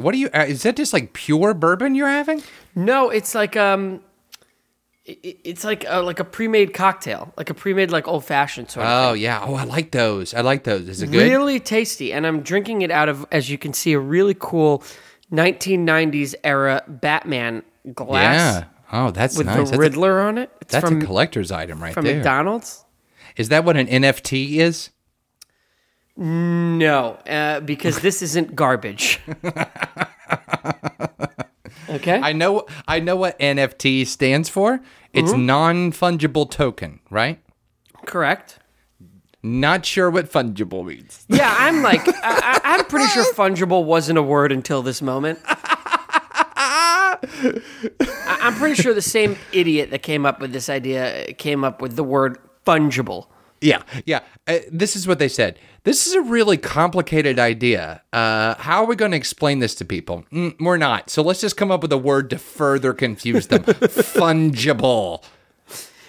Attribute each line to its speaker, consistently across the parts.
Speaker 1: What do you? Uh, is that just like pure bourbon you're having?
Speaker 2: No, it's like um, i- i it's like a, like a pre-made cocktail, like a pre-made like old fashioned sort. of
Speaker 1: Oh yeah. Oh, I like those. I like those. Is it good?
Speaker 2: Really tasty, and I'm drinking it out of, as you can see, a really cool 1990s era Batman glass
Speaker 1: Yeah. Oh, that's
Speaker 2: with
Speaker 1: nice.
Speaker 2: the
Speaker 1: That's, a,
Speaker 2: Riddler on it. It's
Speaker 1: that's
Speaker 2: from
Speaker 1: a collector's item right
Speaker 2: from
Speaker 1: there. Is
Speaker 2: McDonald's.
Speaker 1: that what an NFT is?
Speaker 2: No, uh, because this isn't garbage. okay.
Speaker 1: I know. I know what NFT stands for. It's
Speaker 2: Mm-hmm.
Speaker 1: non fungible token, right?
Speaker 2: Correct.
Speaker 1: Not sure what fungible means.
Speaker 2: Yeah, I'm like, I, I, I'm pretty sure fungible wasn't a word until this moment. I, I'm pretty sure the same idiot that came up with this idea came up with the word fungible.
Speaker 1: Yeah, yeah. Uh, this is what they said. This is a really complicated idea. Uh, how are we going to explain this to people? Mm, we're not. So let's just come up with a word to further confuse them. Fungible.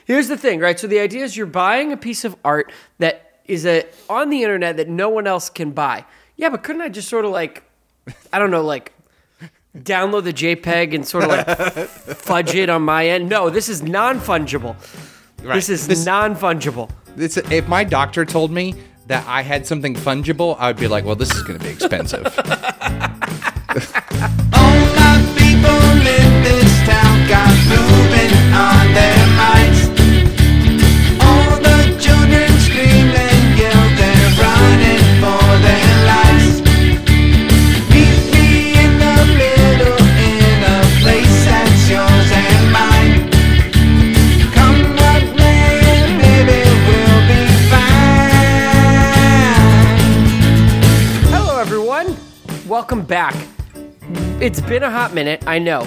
Speaker 2: Here's the thing, right? So the idea is you're buying a piece of art that is a, on the internet that no one else can buy. Yeah, but couldn't I just sort of like, I don't know, like download the JPEG and sort of like fudge it on my end? No, this is non fungible. This is
Speaker 1: This-
Speaker 2: non fungible.
Speaker 1: This, if my doctor told me that I had something fungible, I would be like, well, this is going to be expensive.
Speaker 3: All my people in this town got moving on their minds. All the children scream and yell, they're running for their lives. Meet me in the middle in a place that's yours and mine. Come what may, and maybe we'll be fine.
Speaker 2: Hello, everyone. Welcome back. It's been a hot minute, I know,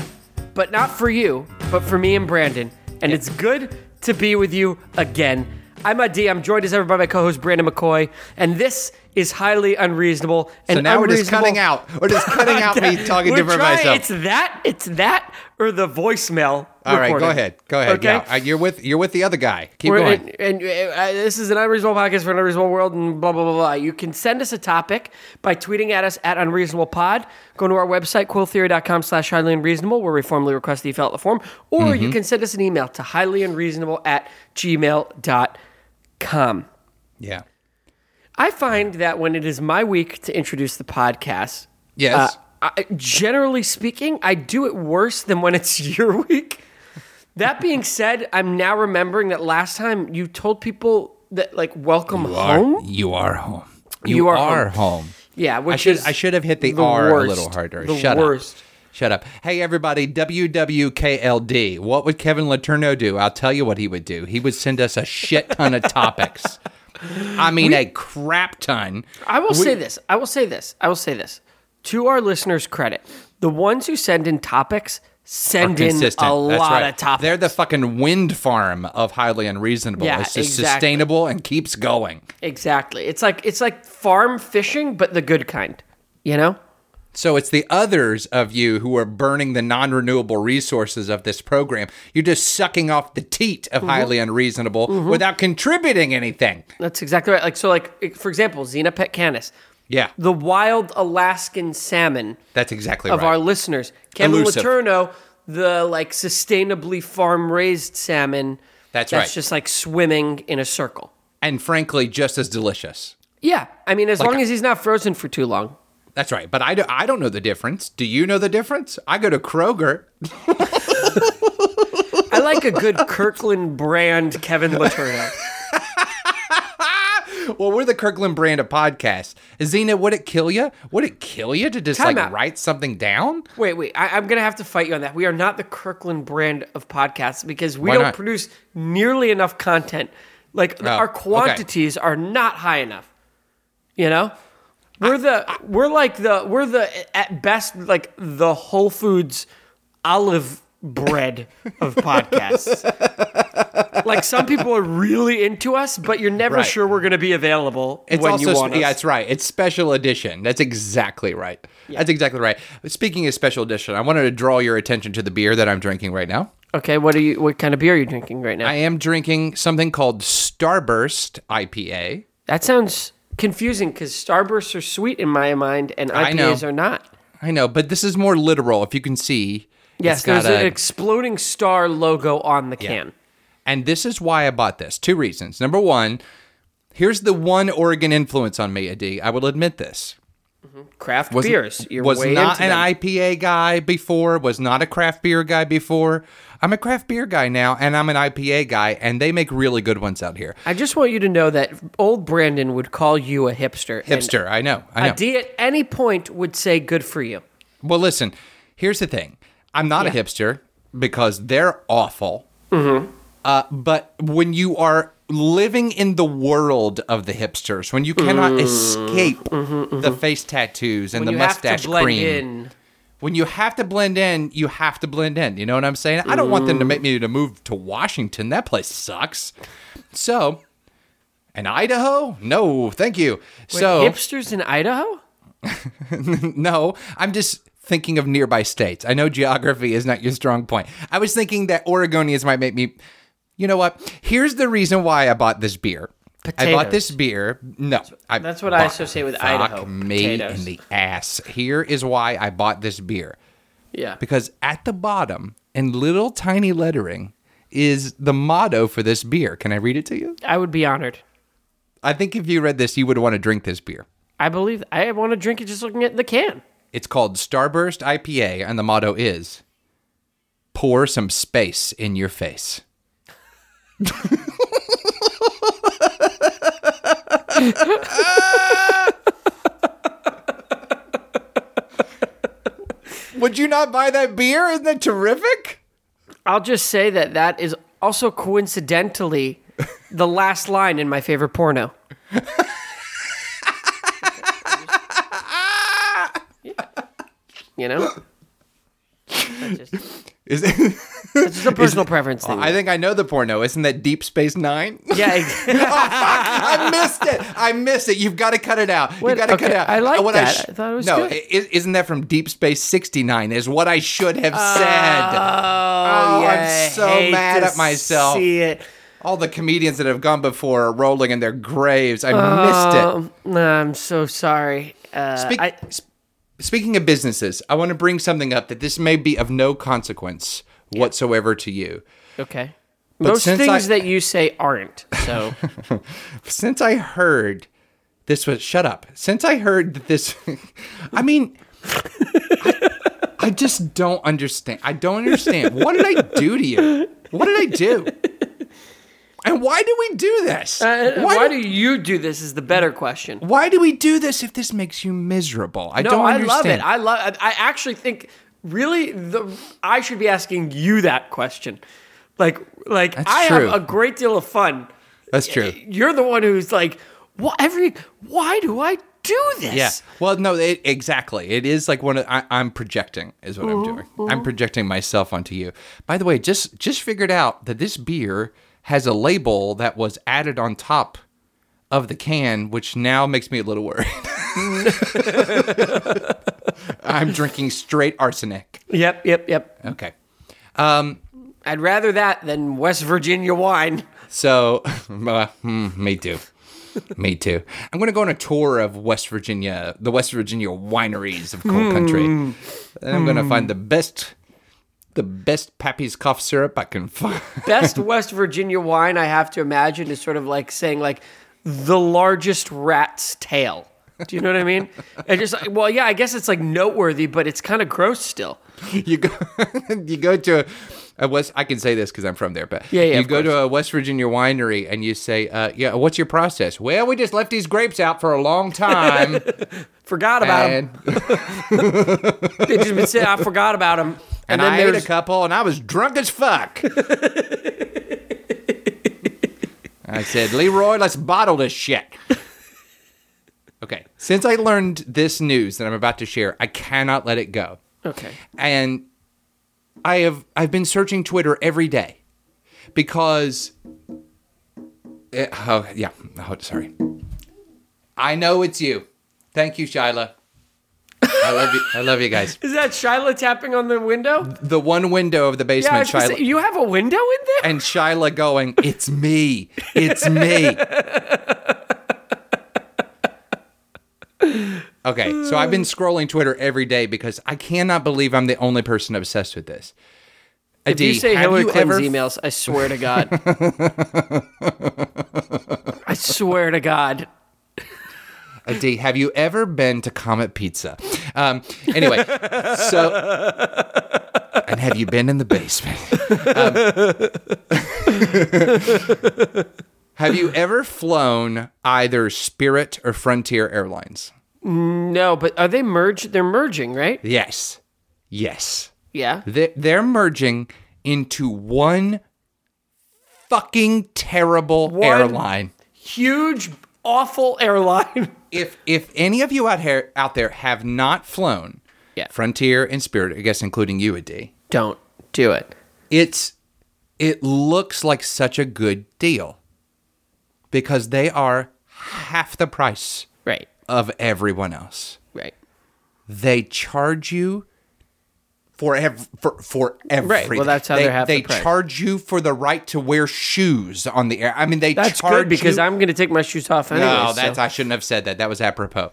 Speaker 2: but not for you, but for me and Brandon. And it's good to be with you again. I'm Adi. I'm joined as ever by my co-host Brandon McCoy, and this is highly unreasonable. And
Speaker 1: So now we're just
Speaker 2: unreasonable-
Speaker 1: cutting out. We're just cutting out me talking
Speaker 2: We're
Speaker 1: to for
Speaker 2: trying-
Speaker 1: myself.
Speaker 2: It's that. It's that or the voicemail.
Speaker 1: All right, go
Speaker 2: recording.
Speaker 1: ahead. Go ahead.
Speaker 2: Okay.
Speaker 1: Yeah, uh, you're with you're with the other guy. Keep
Speaker 2: We're-
Speaker 1: going.
Speaker 2: And, and, uh, this is an unreasonable podcast for an unreasonable world, and blah blah blah blah. You can send us a topic by tweeting at us at unreasonable pod. Go to our website quilltheory.com slash highly unreasonable, where we formally request that you fill out the form, or
Speaker 1: Mm-hmm.
Speaker 2: you can send us an email to highly unreasonable at gmail.com.
Speaker 1: yeah.
Speaker 2: I find that when it is my week to introduce the podcast,
Speaker 1: Yes.
Speaker 2: uh, I, generally speaking, I do it worse than when it's your week. That being said, I'm now remembering that last time you told people that like welcome
Speaker 1: you are
Speaker 2: home.
Speaker 1: you are home. You,
Speaker 2: You are
Speaker 1: are, home.
Speaker 2: Yeah, which
Speaker 1: I should
Speaker 2: is
Speaker 1: I should have hit the,
Speaker 2: the
Speaker 1: R
Speaker 2: worst.
Speaker 1: a little harder.
Speaker 2: The
Speaker 1: Shut
Speaker 2: worst.
Speaker 1: up. Shut up. Hey everybody, WWKLD. What would Kevin Letourneau do? I'll tell you what he would do. He would send us a shit ton of topics. I mean a crap ton.
Speaker 2: I will say this. I will say this. I will say this. To our listeners' credit, the ones who send in topics send in
Speaker 1: Consistent.
Speaker 2: a
Speaker 1: That's
Speaker 2: lot
Speaker 1: right.
Speaker 2: of topics.
Speaker 1: They're the fucking wind farm of highly unreasonable.
Speaker 2: Yeah,
Speaker 1: it's just
Speaker 2: exactly.
Speaker 1: sustainable and keeps going.
Speaker 2: exactly. It's like it's like farm fishing, but the good kind. You know.
Speaker 1: So it's the others of you who are burning the non renewable resources of this program. You're just sucking off the teat
Speaker 2: Mm-hmm.
Speaker 1: of highly unreasonable without contributing anything.
Speaker 2: That's exactly right. Like so, like for example, Xena Petcanis,
Speaker 1: Yeah,
Speaker 2: the wild Alaskan salmon
Speaker 1: that's exactly
Speaker 2: of
Speaker 1: right.
Speaker 2: our listeners, Kevin
Speaker 1: Elusive.
Speaker 2: Letourneau, the like sustainably farm raised salmon.
Speaker 1: That's right.
Speaker 2: That's just like swimming in a circle.
Speaker 1: and frankly, just as delicious.
Speaker 2: Yeah, I mean, as long
Speaker 1: a-
Speaker 2: as he's not frozen for too long.
Speaker 1: That's right. But I, do, I don't know the difference. Do you know the difference? I go to Kroger.
Speaker 2: I like a good Kirkland brand Kevin Letourneau.
Speaker 1: Well, we're the Kirkland brand of podcast. Zena, would it kill you? Would it kill you to just
Speaker 2: Time
Speaker 1: like
Speaker 2: out.
Speaker 1: write something down?
Speaker 2: Wait, wait, I, I'm gonna have to fight you on that. We are not the Kirkland brand of podcasts because we
Speaker 1: Why
Speaker 2: don't
Speaker 1: not?
Speaker 2: produce nearly enough content. Like th-
Speaker 1: Oh,
Speaker 2: our
Speaker 1: okay.
Speaker 2: quantities are not high enough. You know, we're the we're like the we're the at best like the Whole Foods olive bread of podcasts. like some people are really into us, but you're never
Speaker 1: Right.
Speaker 2: sure we're gonna be available
Speaker 1: It's
Speaker 2: when
Speaker 1: also
Speaker 2: you want
Speaker 1: yeah,
Speaker 2: us.
Speaker 1: that's right. It's special edition. That's exactly right. That's exactly right. Speaking of special edition, I wanted to draw your attention to the beer that I'm drinking right now.
Speaker 2: Okay, what are you? What kind of beer are you drinking right now?
Speaker 1: I am drinking something called Starburst IPA.
Speaker 2: That sounds confusing because starbursts are sweet in my mind and
Speaker 1: I know.
Speaker 2: IPAs are not.
Speaker 1: I know, but this is more literal. If you can see,
Speaker 2: Yes,
Speaker 1: it's got
Speaker 2: there's an
Speaker 1: a-
Speaker 2: exploding star logo on the can.
Speaker 1: And this is why I bought this. Two reasons. Number one, here's the one Oregon influence on me, Adi. I will admit this.
Speaker 2: Craft
Speaker 1: Was,
Speaker 2: beers. You're
Speaker 1: was
Speaker 2: way
Speaker 1: not
Speaker 2: into
Speaker 1: an
Speaker 2: them.
Speaker 1: IPA guy before, was not a craft beer guy before. I'm a craft beer guy now, and I'm an IPA guy, and they make really good ones out here.
Speaker 2: I just want you to know that old Brandon would call you a hipster. and
Speaker 1: Hipster, I know. I know.
Speaker 2: Adi at any point would say, "Good for you."
Speaker 1: Well, listen, here's the thing. I'm not a hipster because they're awful.
Speaker 2: Mm-hmm.
Speaker 1: Uh, but when you are living in the world of the hipsters, when you cannot escape the face tattoos and
Speaker 2: Mm. Mm-hmm, When
Speaker 1: the
Speaker 2: you have
Speaker 1: mustache
Speaker 2: to blend
Speaker 1: cream,
Speaker 2: in.
Speaker 1: when you have to blend in, you have to blend in. You know what I'm saying? I don't want them to make me to move to Washington. That place sucks. So, and Idaho? No, thank you. so
Speaker 2: Hipsters in Idaho?
Speaker 1: no, I'm just thinking of nearby states. I know geography is not your strong point. I was thinking that Oregonians might make me. You know what? Here's the reason why I bought this beer. I bought
Speaker 2: Potatoes.
Speaker 1: this beer. No, I
Speaker 2: That's what I
Speaker 1: bought-
Speaker 2: associate with
Speaker 1: fuck
Speaker 2: Idaho,
Speaker 1: me
Speaker 2: potatoes.
Speaker 1: in the ass. Here is why I bought this beer
Speaker 2: Yeah.
Speaker 1: because at the bottom in little tiny lettering is the motto for this beer. Can I read it to you?
Speaker 2: I would be honored.
Speaker 1: I think if you read this, you would want to drink this beer.
Speaker 2: I believe I want to drink it just looking at the can.
Speaker 1: It's called Starburst IPA, and the motto is Pour some space in your face. Would you not buy that beer? Isn't that terrific?
Speaker 2: I'll just say that that is also coincidentally the last line in my favorite porno. You know,
Speaker 1: Is
Speaker 2: it's just a personal preference thing.
Speaker 1: Oh, I think I know the porno. Isn't that Deep Space Nine?
Speaker 2: yeah,
Speaker 1: Oh,
Speaker 2: ex-
Speaker 1: I missed it. I missed it. You've got to cut it out.
Speaker 2: Wait,
Speaker 1: You've got to cut
Speaker 2: okay,
Speaker 1: it out.
Speaker 2: I like
Speaker 1: What
Speaker 2: that. I thought it was
Speaker 1: no,
Speaker 2: good.
Speaker 1: i- isn't that from Deep Space 69 is what I should have said.
Speaker 2: oh,
Speaker 1: I'm
Speaker 2: yeah, I
Speaker 1: so
Speaker 2: hate
Speaker 1: mad
Speaker 2: to
Speaker 1: at myself.
Speaker 2: See it?
Speaker 1: All the comedians that have gone before are rolling in their graves. I missed it.
Speaker 2: Um, no, I'm so sorry. Uh,
Speaker 1: Speak-
Speaker 2: I,
Speaker 1: sp- speaking of businesses, I want to bring something up that this may be of no consequence whatsoever to you.
Speaker 2: okay. Most
Speaker 1: since
Speaker 2: things
Speaker 1: I-
Speaker 2: that you say aren't. So
Speaker 1: since I heard this was shut up. Since I heard that this, I mean, I, I just don't understand. I don't understand. What did I do to you? What did I do? And why do we do this?
Speaker 2: Uh,
Speaker 1: why,
Speaker 2: why
Speaker 1: do,
Speaker 2: do you do this? Is the better question.
Speaker 1: why do we do this if this makes you miserable? I
Speaker 2: No,
Speaker 1: don't
Speaker 2: I
Speaker 1: understand.
Speaker 2: love it. I love. I I actually think really the I should be asking you that question. Like like
Speaker 1: That's
Speaker 2: I
Speaker 1: true.
Speaker 2: have a great deal of fun.
Speaker 1: That's true.
Speaker 2: You're the one who's like, what every why do I do this?
Speaker 1: Yeah. Well, no, it, exactly. It is like one. Of, I, I'm projecting, is what I'm doing. I'm projecting myself onto you. By the way, just just figured out that this beer has a label that was added on top of the can, which now makes me a little worried. I'm drinking straight arsenic.
Speaker 2: Yep, yep, yep.
Speaker 1: Okay.
Speaker 2: I'd rather that than West Virginia wine.
Speaker 1: So, uh, hmm, me too. Me too. I'm going to go on a tour of West Virginia, the West Virginia wineries of coal country.
Speaker 2: Hmm.
Speaker 1: And I'm going to find the best, the best Pappy's cough syrup I can find.
Speaker 2: Best West Virginia wine I have to imagine is sort of like saying like the largest rat's tail. Do you know what I mean? And just like, well, yeah, I guess it's like noteworthy, but it's kind of gross still.
Speaker 1: you go, you go to a, a West. I can say this because I'm from there, but
Speaker 2: Yeah, yeah,
Speaker 1: You
Speaker 2: of
Speaker 1: go to a West Virginia winery and you say, uh, "Yeah, what's your process?" Well, we just left these grapes out for a long time,
Speaker 2: Forgot about him.
Speaker 1: and, and,
Speaker 2: They just been saying I forgot about him. And, then
Speaker 1: I ate a
Speaker 2: there's
Speaker 1: couple, and I was drunk as fuck. I said, Leroy, let's bottle this shit. okay. Since I learned this news that I'm about to share, I cannot let it go.
Speaker 2: okay.
Speaker 1: And I have I've been searching Twitter every day because eh, oh yeah, oh, sorry. I know it's you. Thank you, Shyla. I love you. I love you guys.
Speaker 2: Is that Shiloh tapping on the window?
Speaker 1: The one window of the
Speaker 2: Yeah, I
Speaker 1: basement,
Speaker 2: was gonna
Speaker 1: Shyla.
Speaker 2: say, you have a window in there.
Speaker 1: and Shyla going, "It's me, it's me." Okay, so I've been scrolling Twitter every day because I cannot believe I'm the only person obsessed with this.
Speaker 2: If you
Speaker 1: Adi,
Speaker 2: say
Speaker 1: have
Speaker 2: Hillary
Speaker 1: you
Speaker 2: Clinton's
Speaker 1: ever-
Speaker 2: emails, I swear to God. I swear to God.
Speaker 1: Adi, have you ever been to Comet Pizza? Um, anyway, so and have you been in the basement? Um, have you ever flown either Spirit or Frontier Airlines?
Speaker 2: No, but are they merged? They're merging, right?
Speaker 1: Yes, yes.
Speaker 2: Yeah.
Speaker 1: They- They're merging into one fucking terrible airline.
Speaker 2: Huge, awful airline.
Speaker 1: If if any of you out here out there have not flown
Speaker 2: Yeah.
Speaker 1: Frontier and Spirit, I guess including you, Adi,
Speaker 2: Don't do it.
Speaker 1: it's it looks like such a good deal because they are half the price
Speaker 2: Right.
Speaker 1: of everyone else.
Speaker 2: Right.
Speaker 1: They charge you for ev- for for everything.
Speaker 2: well, that's how
Speaker 1: they,
Speaker 2: they're half the
Speaker 1: They
Speaker 2: price.
Speaker 1: charge you for the right to wear shoes on the air. I mean, they
Speaker 2: That's
Speaker 1: charge
Speaker 2: good because
Speaker 1: you-
Speaker 2: I'm going to take my shoes off anyway.
Speaker 1: no, that's I shouldn't have said that. That was apropos.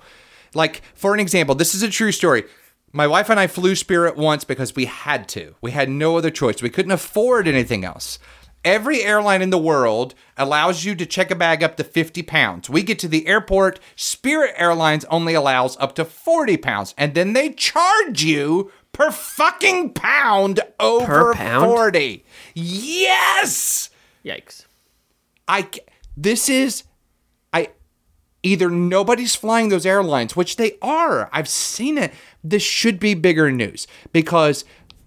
Speaker 1: Like for an example, this is a true story. My wife and I flew Spirit once because we had to. We had no other choice. We couldn't afford anything else. Every airline in the world allows you to check a bag up to 50 pounds. We get to the airport, Spirit Airlines only allows up to 40 pounds, and then they charge you per fucking pound over
Speaker 2: pound?
Speaker 1: 40. Yes!
Speaker 2: Yikes.
Speaker 1: I c- this is I either nobody's flying those airlines, which they are. I've seen it. This should be bigger news because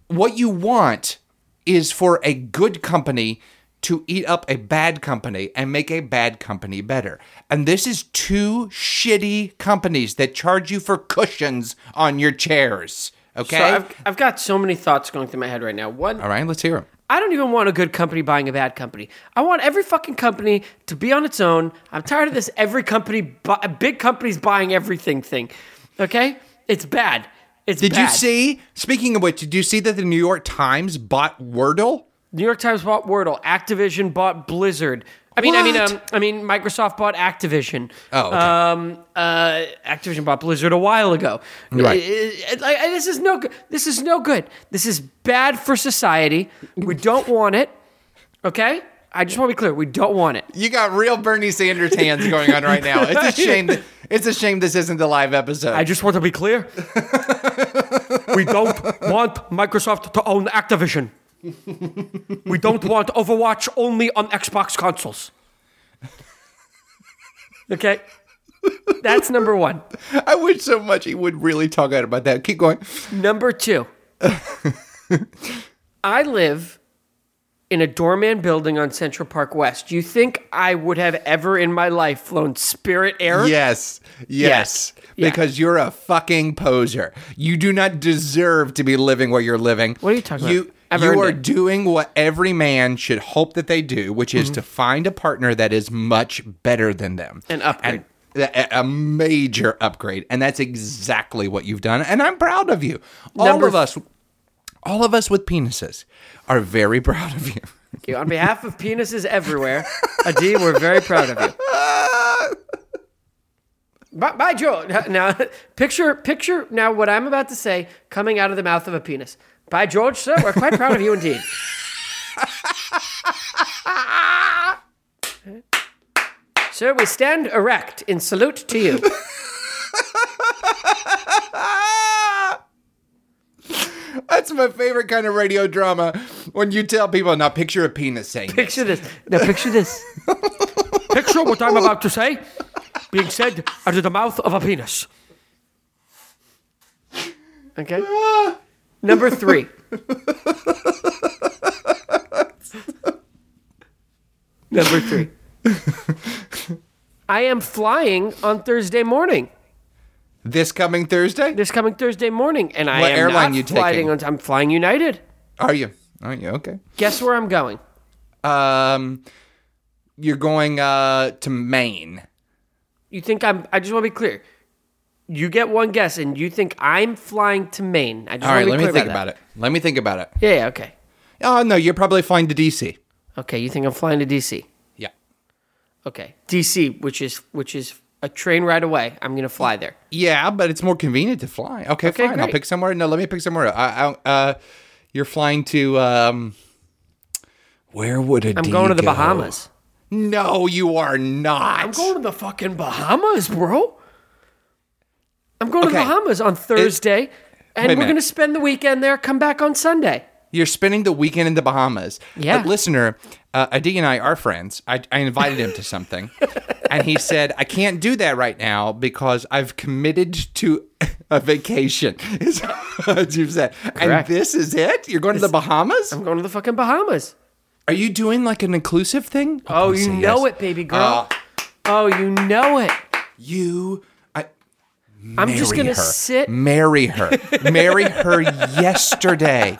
Speaker 1: what you want is for a good company to eat up a bad company and make a bad company better. And this is two shitty companies that charge you for cushions on your chairs. Okay?
Speaker 2: So I've, I've got so many thoughts going through my head right now. One,
Speaker 1: All right, let's hear them.
Speaker 2: I don't even want a good company buying a bad company. I want every fucking company to be on its own. I'm tired of this every company, bu- big companies buying everything thing. Okay? It's bad. It's
Speaker 1: Did you
Speaker 2: bad.
Speaker 1: see? Speaking of which, did you see that the New York Times bought Wordle?
Speaker 2: New York Times bought Wordle. Activision bought Blizzard. I mean, I mean,
Speaker 1: What?
Speaker 2: um, I mean, Microsoft bought Activision.
Speaker 1: Oh, okay.
Speaker 2: Um, uh, Activision bought Blizzard a while ago.
Speaker 1: Right.
Speaker 2: Uh, uh, uh, this is no good. This is no good. This is bad for society. We don't want it. Okay. I just want to be clear. We don't want it.
Speaker 1: You got real Bernie Sanders hands going on right now. It's a shame. That, it's a shame this isn't the live episode.
Speaker 2: I just want to be clear. we don't want Microsoft to own Activision. We don't want Overwatch only on Xbox consoles. Okay. That's number one.
Speaker 1: I wish so much he would really talk out about that. Keep going.
Speaker 2: Number two. I live in a doorman building on Central Park West. You think I would have ever in my life flown Spirit Air?
Speaker 1: Yes, yes,
Speaker 2: Yeah.
Speaker 1: because you're a fucking poser. You do not deserve to be living where you're living.
Speaker 2: What are you talking
Speaker 1: you,
Speaker 2: about? I've
Speaker 1: you
Speaker 2: earned
Speaker 1: are
Speaker 2: it.
Speaker 1: doing what every man should hope that they do, which is
Speaker 2: Mm-hmm.
Speaker 1: to find a partner that is much better than them.
Speaker 2: An upgrade.
Speaker 1: And a, a major upgrade. And that's exactly what you've done. And I'm proud of you. All
Speaker 2: Number
Speaker 1: of us, all of us with penises are very proud of you.
Speaker 2: Okay, On behalf of penises everywhere, Adi, we're very proud of you. By, by Joe, now picture picture now what I'm about to say coming out of the mouth of a penis. By George, sir, we're quite proud of you indeed. sir, we stand erect in salute to you.
Speaker 1: That's my favorite kind of radio drama when you tell people, now picture a penis saying, this."
Speaker 2: Picture this. Now picture this. picture what I'm about to say being said out of the mouth of a penis. Okay. Number three. Number three. I am flying on Thursday morning.
Speaker 1: this coming Thursday?
Speaker 2: This coming Thursday morning, and I
Speaker 1: What
Speaker 2: am
Speaker 1: airline
Speaker 2: not
Speaker 1: you
Speaker 2: flying
Speaker 1: taking?
Speaker 2: on. I'm flying United.
Speaker 1: Are you? Are you? Okay.
Speaker 2: Guess where I'm going?
Speaker 1: Um, you're going uh, to Maine.
Speaker 2: You think I'm? I just want to be clear. You get one guess, and you think I'm flying to Maine. I just
Speaker 1: All
Speaker 2: want
Speaker 1: right,
Speaker 2: to be
Speaker 1: let me
Speaker 2: clear
Speaker 1: think about
Speaker 2: about,
Speaker 1: it. Let me think about it.
Speaker 2: that. Yeah, yeah, okay,
Speaker 1: Oh, no, you're probably flying to D.C.
Speaker 2: okay. You think I'm flying to DC?
Speaker 1: Yeah.
Speaker 2: Okay, DC, which is which is a train ride away. I'm gonna fly there.
Speaker 1: Yeah, but it's more convenient to fly. Okay,
Speaker 2: Okay,
Speaker 1: fine. I'll
Speaker 2: great.
Speaker 1: pick somewhere. No, let me pick somewhere. I, I, uh, you're flying to um, where would it?
Speaker 2: I'm going to the Bahamas.
Speaker 1: No, you are not.
Speaker 2: I'm going to the fucking Bahamas, bro. I'm going to
Speaker 1: Okay.
Speaker 2: the Bahamas on Thursday,
Speaker 1: Wait
Speaker 2: and
Speaker 1: a
Speaker 2: we're
Speaker 1: minute.
Speaker 2: gonna spend the weekend there. Come back on Sunday.
Speaker 1: You're spending the weekend in the Bahamas. A
Speaker 2: Yeah.
Speaker 1: listener, uh, Adi and I are friends. I, I invited him to something, and he said, I can't do that right now because I've committed to a vacation, is what you said. And
Speaker 2: Correct.
Speaker 1: this is it? You're going to the Bahamas?
Speaker 2: I'm going to the fucking Bahamas.
Speaker 1: Are you doing like an inclusive thing?
Speaker 2: Oh,
Speaker 1: please
Speaker 2: you
Speaker 1: say yes.
Speaker 2: know
Speaker 1: Ah.
Speaker 2: it, baby girl. oh, you know it.
Speaker 1: You. I,
Speaker 2: I'm just
Speaker 1: marry
Speaker 2: gonna
Speaker 1: her.
Speaker 2: sit.
Speaker 1: Marry her. marry her yesterday.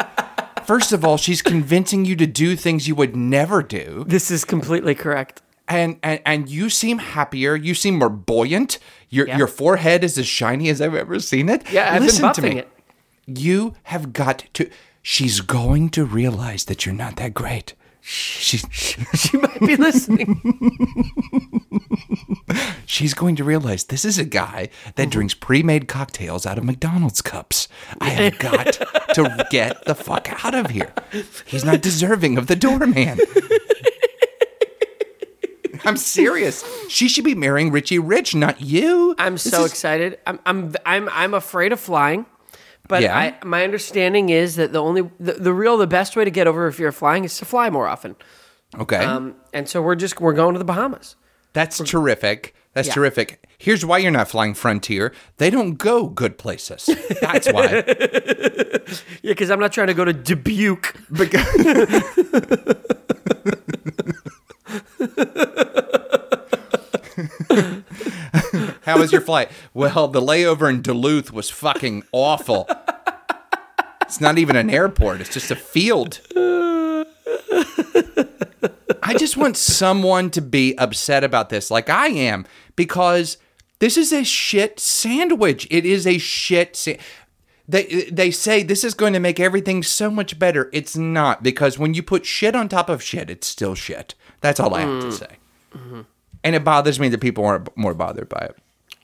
Speaker 1: First of all, she's convincing you to do things you would never do.
Speaker 2: This is completely correct.
Speaker 1: and and and you seem happier. You seem more buoyant. Your
Speaker 2: Yeah.
Speaker 1: your forehead is as shiny as I've ever seen it.
Speaker 2: Yeah, I've
Speaker 1: listen
Speaker 2: been
Speaker 1: to
Speaker 2: buffing
Speaker 1: me.
Speaker 2: it.
Speaker 1: You have got to. She's going to realize that you're not that great. She,
Speaker 2: She might be listening.
Speaker 1: she's going to realize this is a guy
Speaker 2: Mm-hmm.
Speaker 1: that drinks pre-made cocktails out of McDonald's cups. I have got to get the fuck out of here. He's not deserving of the doorman. I'm serious. She should be marrying Richie Rich, not you.
Speaker 2: I'm
Speaker 1: This
Speaker 2: so
Speaker 1: is-
Speaker 2: excited. I'm I'm I'm I'm afraid of flying, but
Speaker 1: Yeah.
Speaker 2: I my understanding is that the only the, the real the best way to get over if you're flying is to fly more often.
Speaker 1: Okay.
Speaker 2: Um, and so we're just we're going to the Bahamas.
Speaker 1: That's terrific. That's
Speaker 2: Yeah.
Speaker 1: terrific. Here's why you're not flying Frontier. They don't go good places. That's why.
Speaker 2: Yeah, because I'm not trying to go to Dubuque.
Speaker 1: Because- How was your flight? Well, the layover in Duluth was fucking awful. It's not even an airport, it's just a field. I just want someone to be upset about this, like I am, because this is a shit sandwich. It is a shit. Sa- they they say this is going to make everything so much better. It's not because when you put shit on top of shit, it's still shit. That's all I have to say. And it bothers me that people aren't more bothered by it.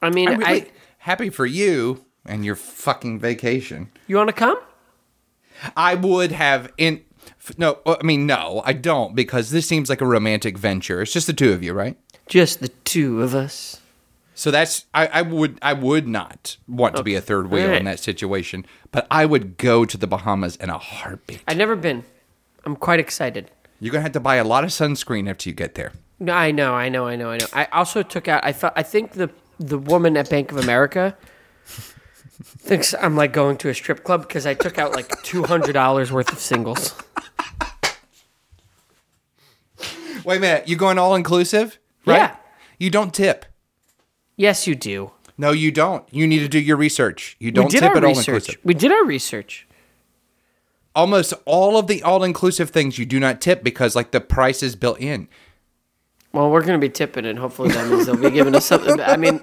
Speaker 2: I mean,
Speaker 1: I'm really
Speaker 2: I
Speaker 1: happy for you and your fucking vacation.
Speaker 2: you want to come?
Speaker 1: I would have in f- no, uh, I mean no, I don't because this seems like a romantic venture. It's just the two of you, right?
Speaker 2: Just the two of us.
Speaker 1: So that's I, I would I would not want to be a third wheel in
Speaker 2: Alright.
Speaker 1: that situation, but I would go to the Bahamas in a heartbeat.
Speaker 2: I've never been. I'm quite excited.
Speaker 1: You're gonna have to buy a lot of sunscreen after you get there.
Speaker 2: No, I know, I know, I know, I know. I also took out. I felt. I think the the woman at Bank of America thinks I'm like going to a strip club because I took out like two hundred dollars worth of singles.
Speaker 1: Wait a minute, you going all inclusive? Right?
Speaker 2: Yeah.
Speaker 1: You don't tip.
Speaker 2: Yes, you do.
Speaker 1: No, you don't. You need to do your research. You don't
Speaker 2: we did
Speaker 1: tip
Speaker 2: our
Speaker 1: at all
Speaker 2: research.
Speaker 1: inclusive.
Speaker 2: We did our research.
Speaker 1: Almost all of the all inclusive things you do not tip because like the price is built in.
Speaker 2: Well, we're going to be tipping, and hopefully that means they'll be giving us something. I mean,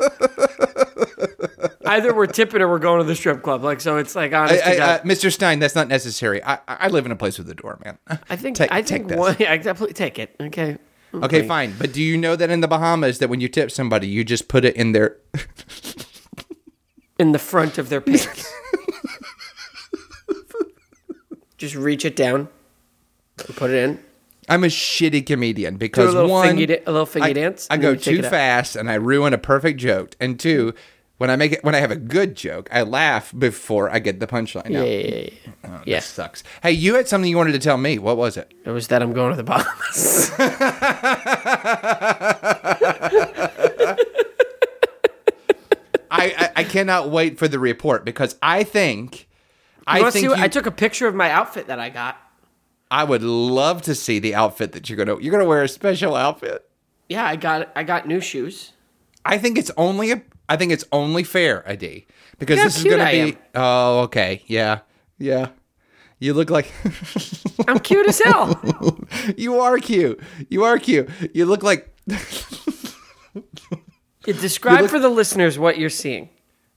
Speaker 2: either we're tipping or we're going to the strip club. Like, so it's like honest
Speaker 1: I,
Speaker 2: to
Speaker 1: I,
Speaker 2: God.
Speaker 1: uh, Mr. Stein, that's not necessary. I, I I live in a place with a door, man.
Speaker 2: I think
Speaker 1: take-
Speaker 2: I
Speaker 1: take
Speaker 2: think
Speaker 1: this.
Speaker 2: one. Yeah, exactly. Take it. Okay.
Speaker 1: Okay, fine. But do you know that in the Bahamas that when you tip somebody, you just put it in their
Speaker 2: In the front of their pants. Just reach it down, and put it in.
Speaker 1: I'm a shitty comedian
Speaker 2: Do a
Speaker 1: because
Speaker 2: little
Speaker 1: one
Speaker 2: thingy, da- a little thingy
Speaker 1: I,
Speaker 2: dance.
Speaker 1: I
Speaker 2: and then
Speaker 1: go
Speaker 2: you take
Speaker 1: too
Speaker 2: it out.
Speaker 1: fast and I ruin a perfect joke. And two, when I make it when I have a good joke, I laugh before I get the punchline
Speaker 2: Yeah,
Speaker 1: out.
Speaker 2: yeah, yeah. yeah.
Speaker 1: Oh,
Speaker 2: Yeah.
Speaker 1: This sucks. Hey, you had something you wanted to tell me. What was it?
Speaker 2: It was that I'm going to the Bahamas.
Speaker 1: I, I I cannot wait for the report because I think
Speaker 2: You
Speaker 1: I
Speaker 2: wanna see
Speaker 1: think
Speaker 2: what-
Speaker 1: you-
Speaker 2: I took a picture of my outfit that I got.
Speaker 1: I would love to see the outfit that you're gonna you're gonna wear a special outfit.
Speaker 2: Yeah, I got I got new shoes.
Speaker 1: I think it's only a, I think it's only fair, ID, because
Speaker 2: Look how
Speaker 1: this is
Speaker 2: cute
Speaker 1: going to
Speaker 2: I
Speaker 1: be.
Speaker 2: am.
Speaker 1: Oh, okay, yeah, yeah. You look like
Speaker 2: I'm cute as hell.
Speaker 1: you are cute. You are cute. You look like
Speaker 2: Yeah, Describe for the listeners what you're seeing.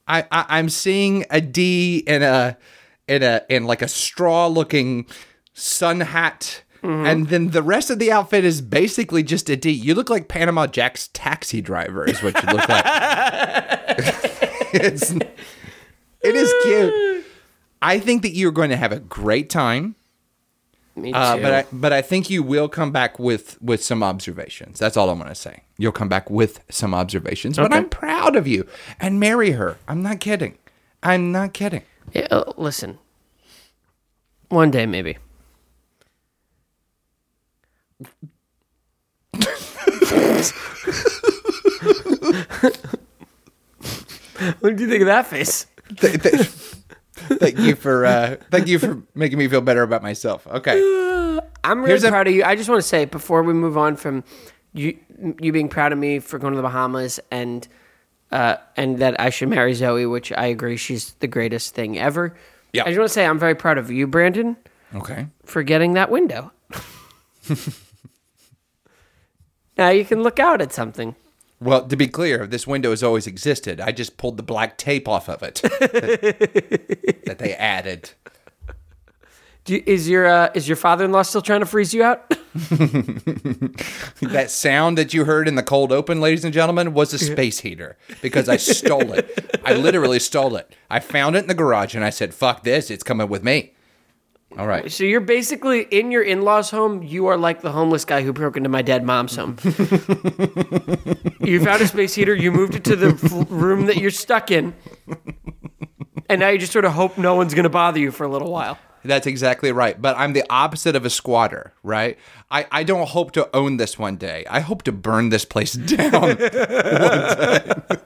Speaker 1: I, I I'm seeing a D in a in a in like a straw looking sun hat And then the rest of the outfit is basically just a D. You look like Panama Jack's taxi driver, is what you look like. it's, it is cute. I think that you're going to have a great time,
Speaker 2: Me too.
Speaker 1: uh, but I, but I think you will come back with with some observations. That's all I'm going to say. You'll come back with some observations. But
Speaker 2: Okay.
Speaker 1: I'm proud of you and marry her. I'm not kidding. I'm not kidding.
Speaker 2: Yeah, uh, listen. One day, maybe. what do you think of that face?
Speaker 1: Th- th- thank you for uh, thank you for making me feel better about myself. Okay,
Speaker 2: I'm really
Speaker 1: Here's a-
Speaker 2: proud of you. I just want to say before we move on from you, you being proud of me for going to the Bahamas and uh, and that I should marry Zoe, which I agree, she's the greatest thing ever.
Speaker 1: Yeah.
Speaker 2: I just want to say I'm very proud of you, Brandon,
Speaker 1: okay.
Speaker 2: for getting that window. now you can look out at something.
Speaker 1: Well, to be clear, this window has always existed. I just pulled the black tape off of it that, that they added.
Speaker 2: Do you, is your uh, is your father-in-law still trying to freeze you out?
Speaker 1: That sound that you heard in the cold open, ladies and gentlemen, was a space heater because I stole it. I literally stole it. I found it in the garage and I said, "Fuck this! It's coming with me." All right.
Speaker 2: so you're basically in your in-laws' home. You are like the homeless guy who broke into my dead mom's home. you found a space heater. You moved it to the f- room that you're stuck in, and now you just sort of hope no one's going to bother you for a little while.
Speaker 1: That's exactly right. But I'm the opposite of a squatter, right? I, I don't hope to own this one day. I hope to burn this place down one day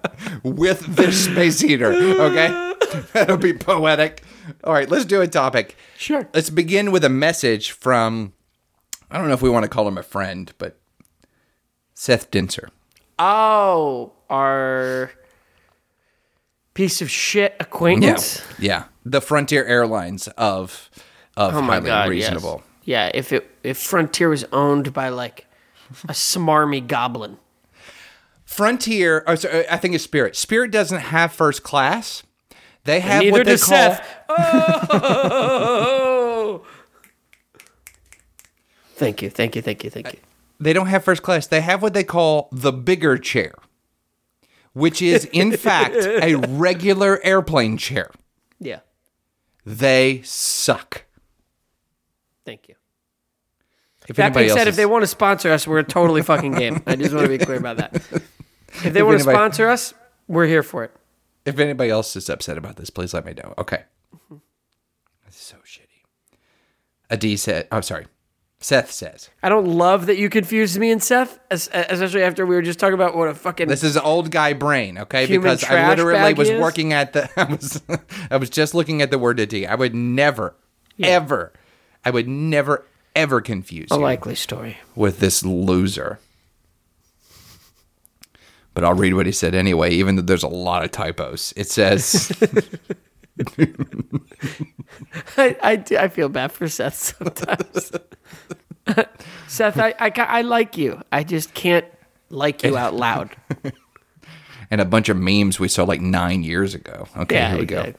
Speaker 1: with this space heater, okay? That'll be poetic. All right, let's do a topic.
Speaker 2: Sure.
Speaker 1: Let's begin with a message from, I don't know if we want to call him a friend, but Seth Dinser.
Speaker 2: Oh, our piece of shit acquaintance.
Speaker 1: Yeah. The Frontier Airlines of, of highly
Speaker 2: Oh yes.
Speaker 1: reasonable.
Speaker 2: Yeah, if it if Frontier was owned by like a smarmy goblin.
Speaker 1: Frontier, or sorry, I think it's Spirit. Spirit doesn't have first class. They have
Speaker 2: Neither
Speaker 1: what they
Speaker 2: does
Speaker 1: call
Speaker 2: Seth. Oh. thank you, thank you, thank you, thank you.
Speaker 1: they don't have first class. They have what they call the bigger chair, which is in fact a regular airplane chair.
Speaker 2: Yeah,
Speaker 1: They suck.
Speaker 2: thank you.
Speaker 1: If
Speaker 2: That being said,
Speaker 1: else
Speaker 2: if they
Speaker 1: is-
Speaker 2: want to sponsor us, we're totally fucking game. I just want to be clear about that. If they want to
Speaker 1: anybody-
Speaker 2: sponsor us, we're here for it.
Speaker 1: if anybody else is upset about this, please let me know. Okay.
Speaker 2: Mm-hmm.
Speaker 1: That's so shitty. Adi said, "I'm sorry." Seth says,
Speaker 2: I don't love that you confused me and Seth, es- especially after we were just talking about what a fucking
Speaker 1: This is old guy brain, okay?
Speaker 2: Human
Speaker 1: because I
Speaker 2: trash
Speaker 1: literally
Speaker 2: bag
Speaker 1: was
Speaker 2: is?
Speaker 1: working at the I was I was just looking at the word to D. I would never ever I would never ever confuse
Speaker 2: a
Speaker 1: you
Speaker 2: likely story.
Speaker 1: with this loser. But I'll read what he said anyway, even though there's a lot of typos. It says
Speaker 2: I, I, do- I feel bad for Seth sometimes. Seth, I, I, ca- I like you. I just can't like you out loud.
Speaker 1: and a bunch of memes we saw like nine years ago. Okay, here we go.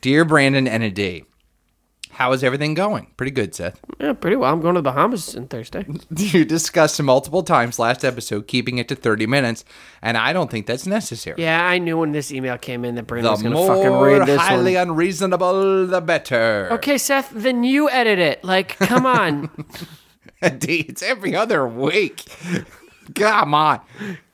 Speaker 1: Dear Brandon and a D. How is everything going? Pretty good, Seth.
Speaker 2: Yeah, pretty well. I'm going to the Bahamas on Thursday.
Speaker 1: you discussed multiple times last episode keeping it to 30 minutes, and I don't think that's necessary.
Speaker 2: Yeah, I knew when this email came in that Brandon
Speaker 1: the
Speaker 2: was going to
Speaker 1: more
Speaker 2: fucking read this
Speaker 1: highly
Speaker 2: one.
Speaker 1: unreasonable, the better.
Speaker 2: Okay, Seth, then you edit it. Like, come on.
Speaker 1: Indeed, it's every other week. Come on.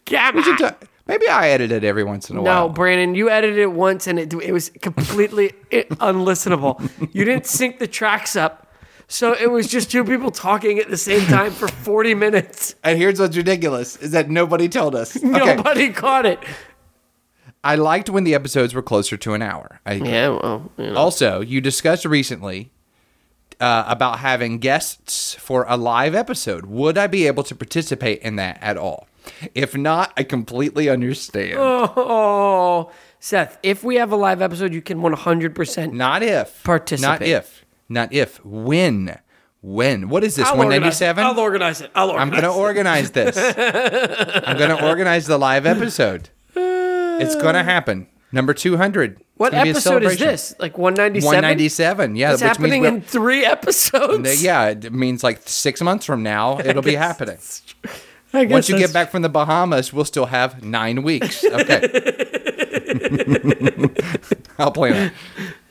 Speaker 2: Come
Speaker 1: We should
Speaker 2: on.
Speaker 1: ta- Maybe I edit it every once in a
Speaker 2: No,
Speaker 1: while.
Speaker 2: Brandon, you edited it once and it, it was completely i- unlistenable. You didn't sync the tracks up. So it was just two people talking at the same time for 40 minutes.
Speaker 1: And here's what's ridiculous is that nobody told us. Okay.
Speaker 2: Nobody caught it.
Speaker 1: I liked when the episodes were closer to an hour. I
Speaker 2: Yeah, well, you know.
Speaker 1: Also, you discussed recently uh, about having guests for a live episode. Would I be able to participate in that at all? If not, I completely understand.
Speaker 2: Oh, Seth, if we have a live episode, you can 100%.
Speaker 1: not if. Not
Speaker 2: Participate.
Speaker 1: if. Not if. When. When. What is this?
Speaker 2: I'll organize it.
Speaker 1: 197?
Speaker 2: I'll organize it. I'll
Speaker 1: I'm
Speaker 2: organize
Speaker 1: going to organize this. I'm going to organize the live episode. It's going to happen. Number 200. It's
Speaker 2: What
Speaker 1: gonna be a
Speaker 2: episode is
Speaker 1: celebration.
Speaker 2: this? Like 197?
Speaker 1: 197. Yeah,
Speaker 2: It's
Speaker 1: which means
Speaker 2: happening
Speaker 1: we'll-
Speaker 2: in three episodes.
Speaker 1: yeah, it means like six months from now, it'll be
Speaker 2: guess
Speaker 1: happening.
Speaker 2: I guess
Speaker 1: Once you
Speaker 2: that's-
Speaker 1: get back from the Bahamas, we'll still have nine weeks. Okay. I'll play that.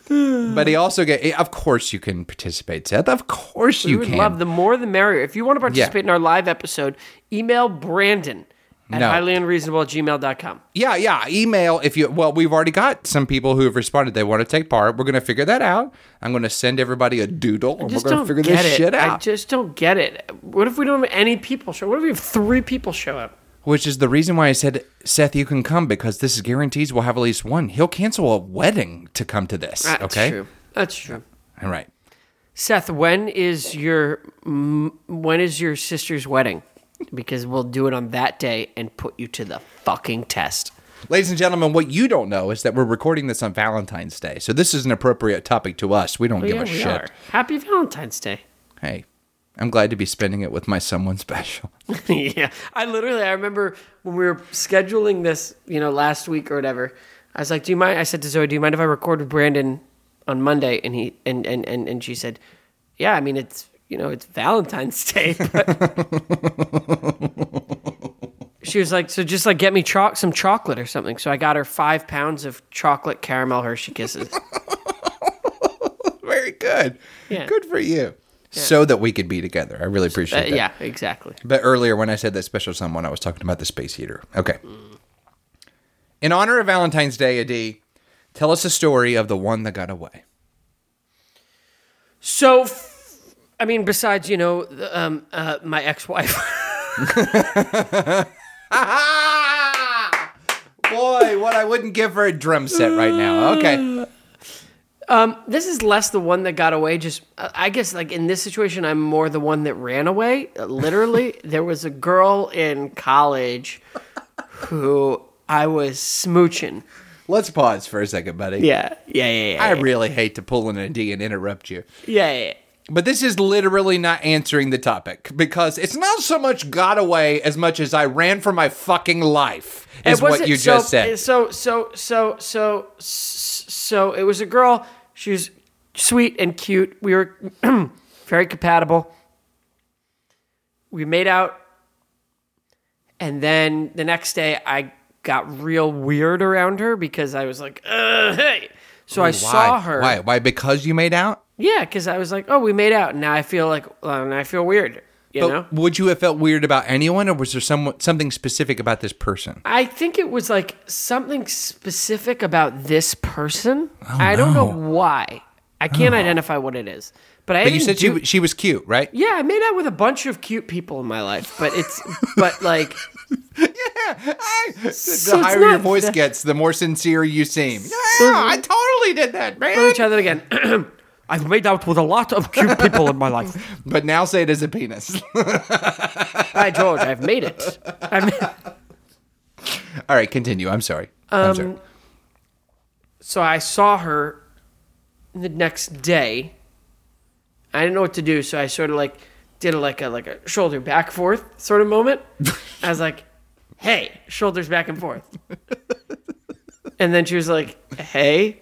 Speaker 1: But he also get. eh, Of course, you can participate, Seth. Of course, you
Speaker 2: we would
Speaker 1: can.
Speaker 2: love the more the merrier. If you want to participate in our live episode, email Brandon at
Speaker 1: No.
Speaker 2: highly unreasonable at gmail.com.
Speaker 1: yeah, yeah. Email if you. Well, we've already got some people who have responded. They want to take part. We're going to figure that out. I'm going to send everybody a doodle. and
Speaker 2: Just
Speaker 1: we're going
Speaker 2: don't
Speaker 1: to figure
Speaker 2: get
Speaker 1: this
Speaker 2: it.
Speaker 1: shit
Speaker 2: I
Speaker 1: out.
Speaker 2: just don't get it. What if we don't have any people show? What if we have three people show up?
Speaker 1: Which is the reason why I said, Seth, you can come because this is guarantees we'll have at least one. He'll cancel a wedding to come to this.
Speaker 2: That's
Speaker 1: okay.
Speaker 2: true. That's true.
Speaker 1: All right.
Speaker 2: Seth, when is your mm, when is your sister's wedding? Because we'll do it on that day and put you to the fucking test.
Speaker 1: Ladies and gentlemen, what you don't know is that we're recording this on Valentine's Day. So this is an appropriate topic to us. We don't give
Speaker 2: Oh, Yeah,
Speaker 1: a
Speaker 2: we
Speaker 1: shit.
Speaker 2: are. Happy Valentine's Day.
Speaker 1: Hey, I'm glad to be spending it with my someone special.
Speaker 2: yeah, I literally I remember when we were scheduling this, you know, last week or whatever. I was like, "Do you mind?" I said to Zoe, "Do you mind if I record with Brandon on Monday?" And he and and and, and she said, "Yeah, I mean it's you know it's Valentine's Day." But she was like, "So just like get me cho- some chocolate or something." So I got her five pounds of chocolate caramel Hershey Kisses.
Speaker 1: Very good.
Speaker 2: Yeah.
Speaker 1: Good for you. So that we could be together. I really appreciate
Speaker 2: Uh,
Speaker 1: that.
Speaker 2: yeah, exactly.
Speaker 1: But earlier, when I said that special someone, I was talking about the space heater. Okay. In honor of Valentine's Day, Adi, tell us a story of the one that got away.
Speaker 2: So, f- I mean, besides you know, the, um, uh, my ex-wife.
Speaker 1: Ah! Boy, what I wouldn't give for a drum set right now. Okay.
Speaker 2: This is less the one that got away. Just, uh, I guess, like in this situation, I'm more the one that ran away. Uh, Literally, there was a girl in college who I was smooching.
Speaker 1: Let's pause for a second, buddy.
Speaker 2: Yeah, yeah, yeah, yeah.
Speaker 1: I really hate to pull an Adi and interrupt you.
Speaker 2: yeah, yeah, yeah.
Speaker 1: But this is literally not answering the topic because it's not so much got away as much as I ran for my fucking life, is
Speaker 2: It wasn't-
Speaker 1: what you
Speaker 2: so- eh,
Speaker 1: just said.
Speaker 2: So, so, so, so, s- so it was a girl. She was sweet and cute. We were very compatible. We made out. And then the next day, I got real weird around her because I was like, uh, hey. So I saw her.
Speaker 1: Why? Why? Because you made out?
Speaker 2: Yeah, because I was like, oh, we made out. And now I feel like, uh, and I feel weird. You
Speaker 1: But
Speaker 2: know?
Speaker 1: would you have felt weird about anyone, or was there some, something specific about this person?
Speaker 2: I think it was like something specific about this person.
Speaker 1: Oh,
Speaker 2: I don't know why. I can't identify what it is. But I
Speaker 1: But you
Speaker 2: didn't
Speaker 1: said
Speaker 2: do,
Speaker 1: she, she was cute, right?
Speaker 2: Yeah, I made out with a bunch of cute people in my life, but it's but like
Speaker 1: the
Speaker 2: So it's
Speaker 1: higher your
Speaker 2: not
Speaker 1: voice
Speaker 2: that-
Speaker 1: gets, the more sincere you seem. Yeah, I totally did that,
Speaker 2: let me
Speaker 1: man.
Speaker 2: try that again. I've made out with a lot of cute people in my life.
Speaker 1: But now say it as a penis.
Speaker 2: By George, I've made it. I made,
Speaker 1: All right, continue. I'm sorry. I'm
Speaker 2: Um,
Speaker 1: sorry.
Speaker 2: so I saw her the next day. I didn't know what to do, so I sort of like did a, like a like a shoulder back forth sort of moment. I was like, "Hey, shoulders back and forth," and then she was like, "Hey,"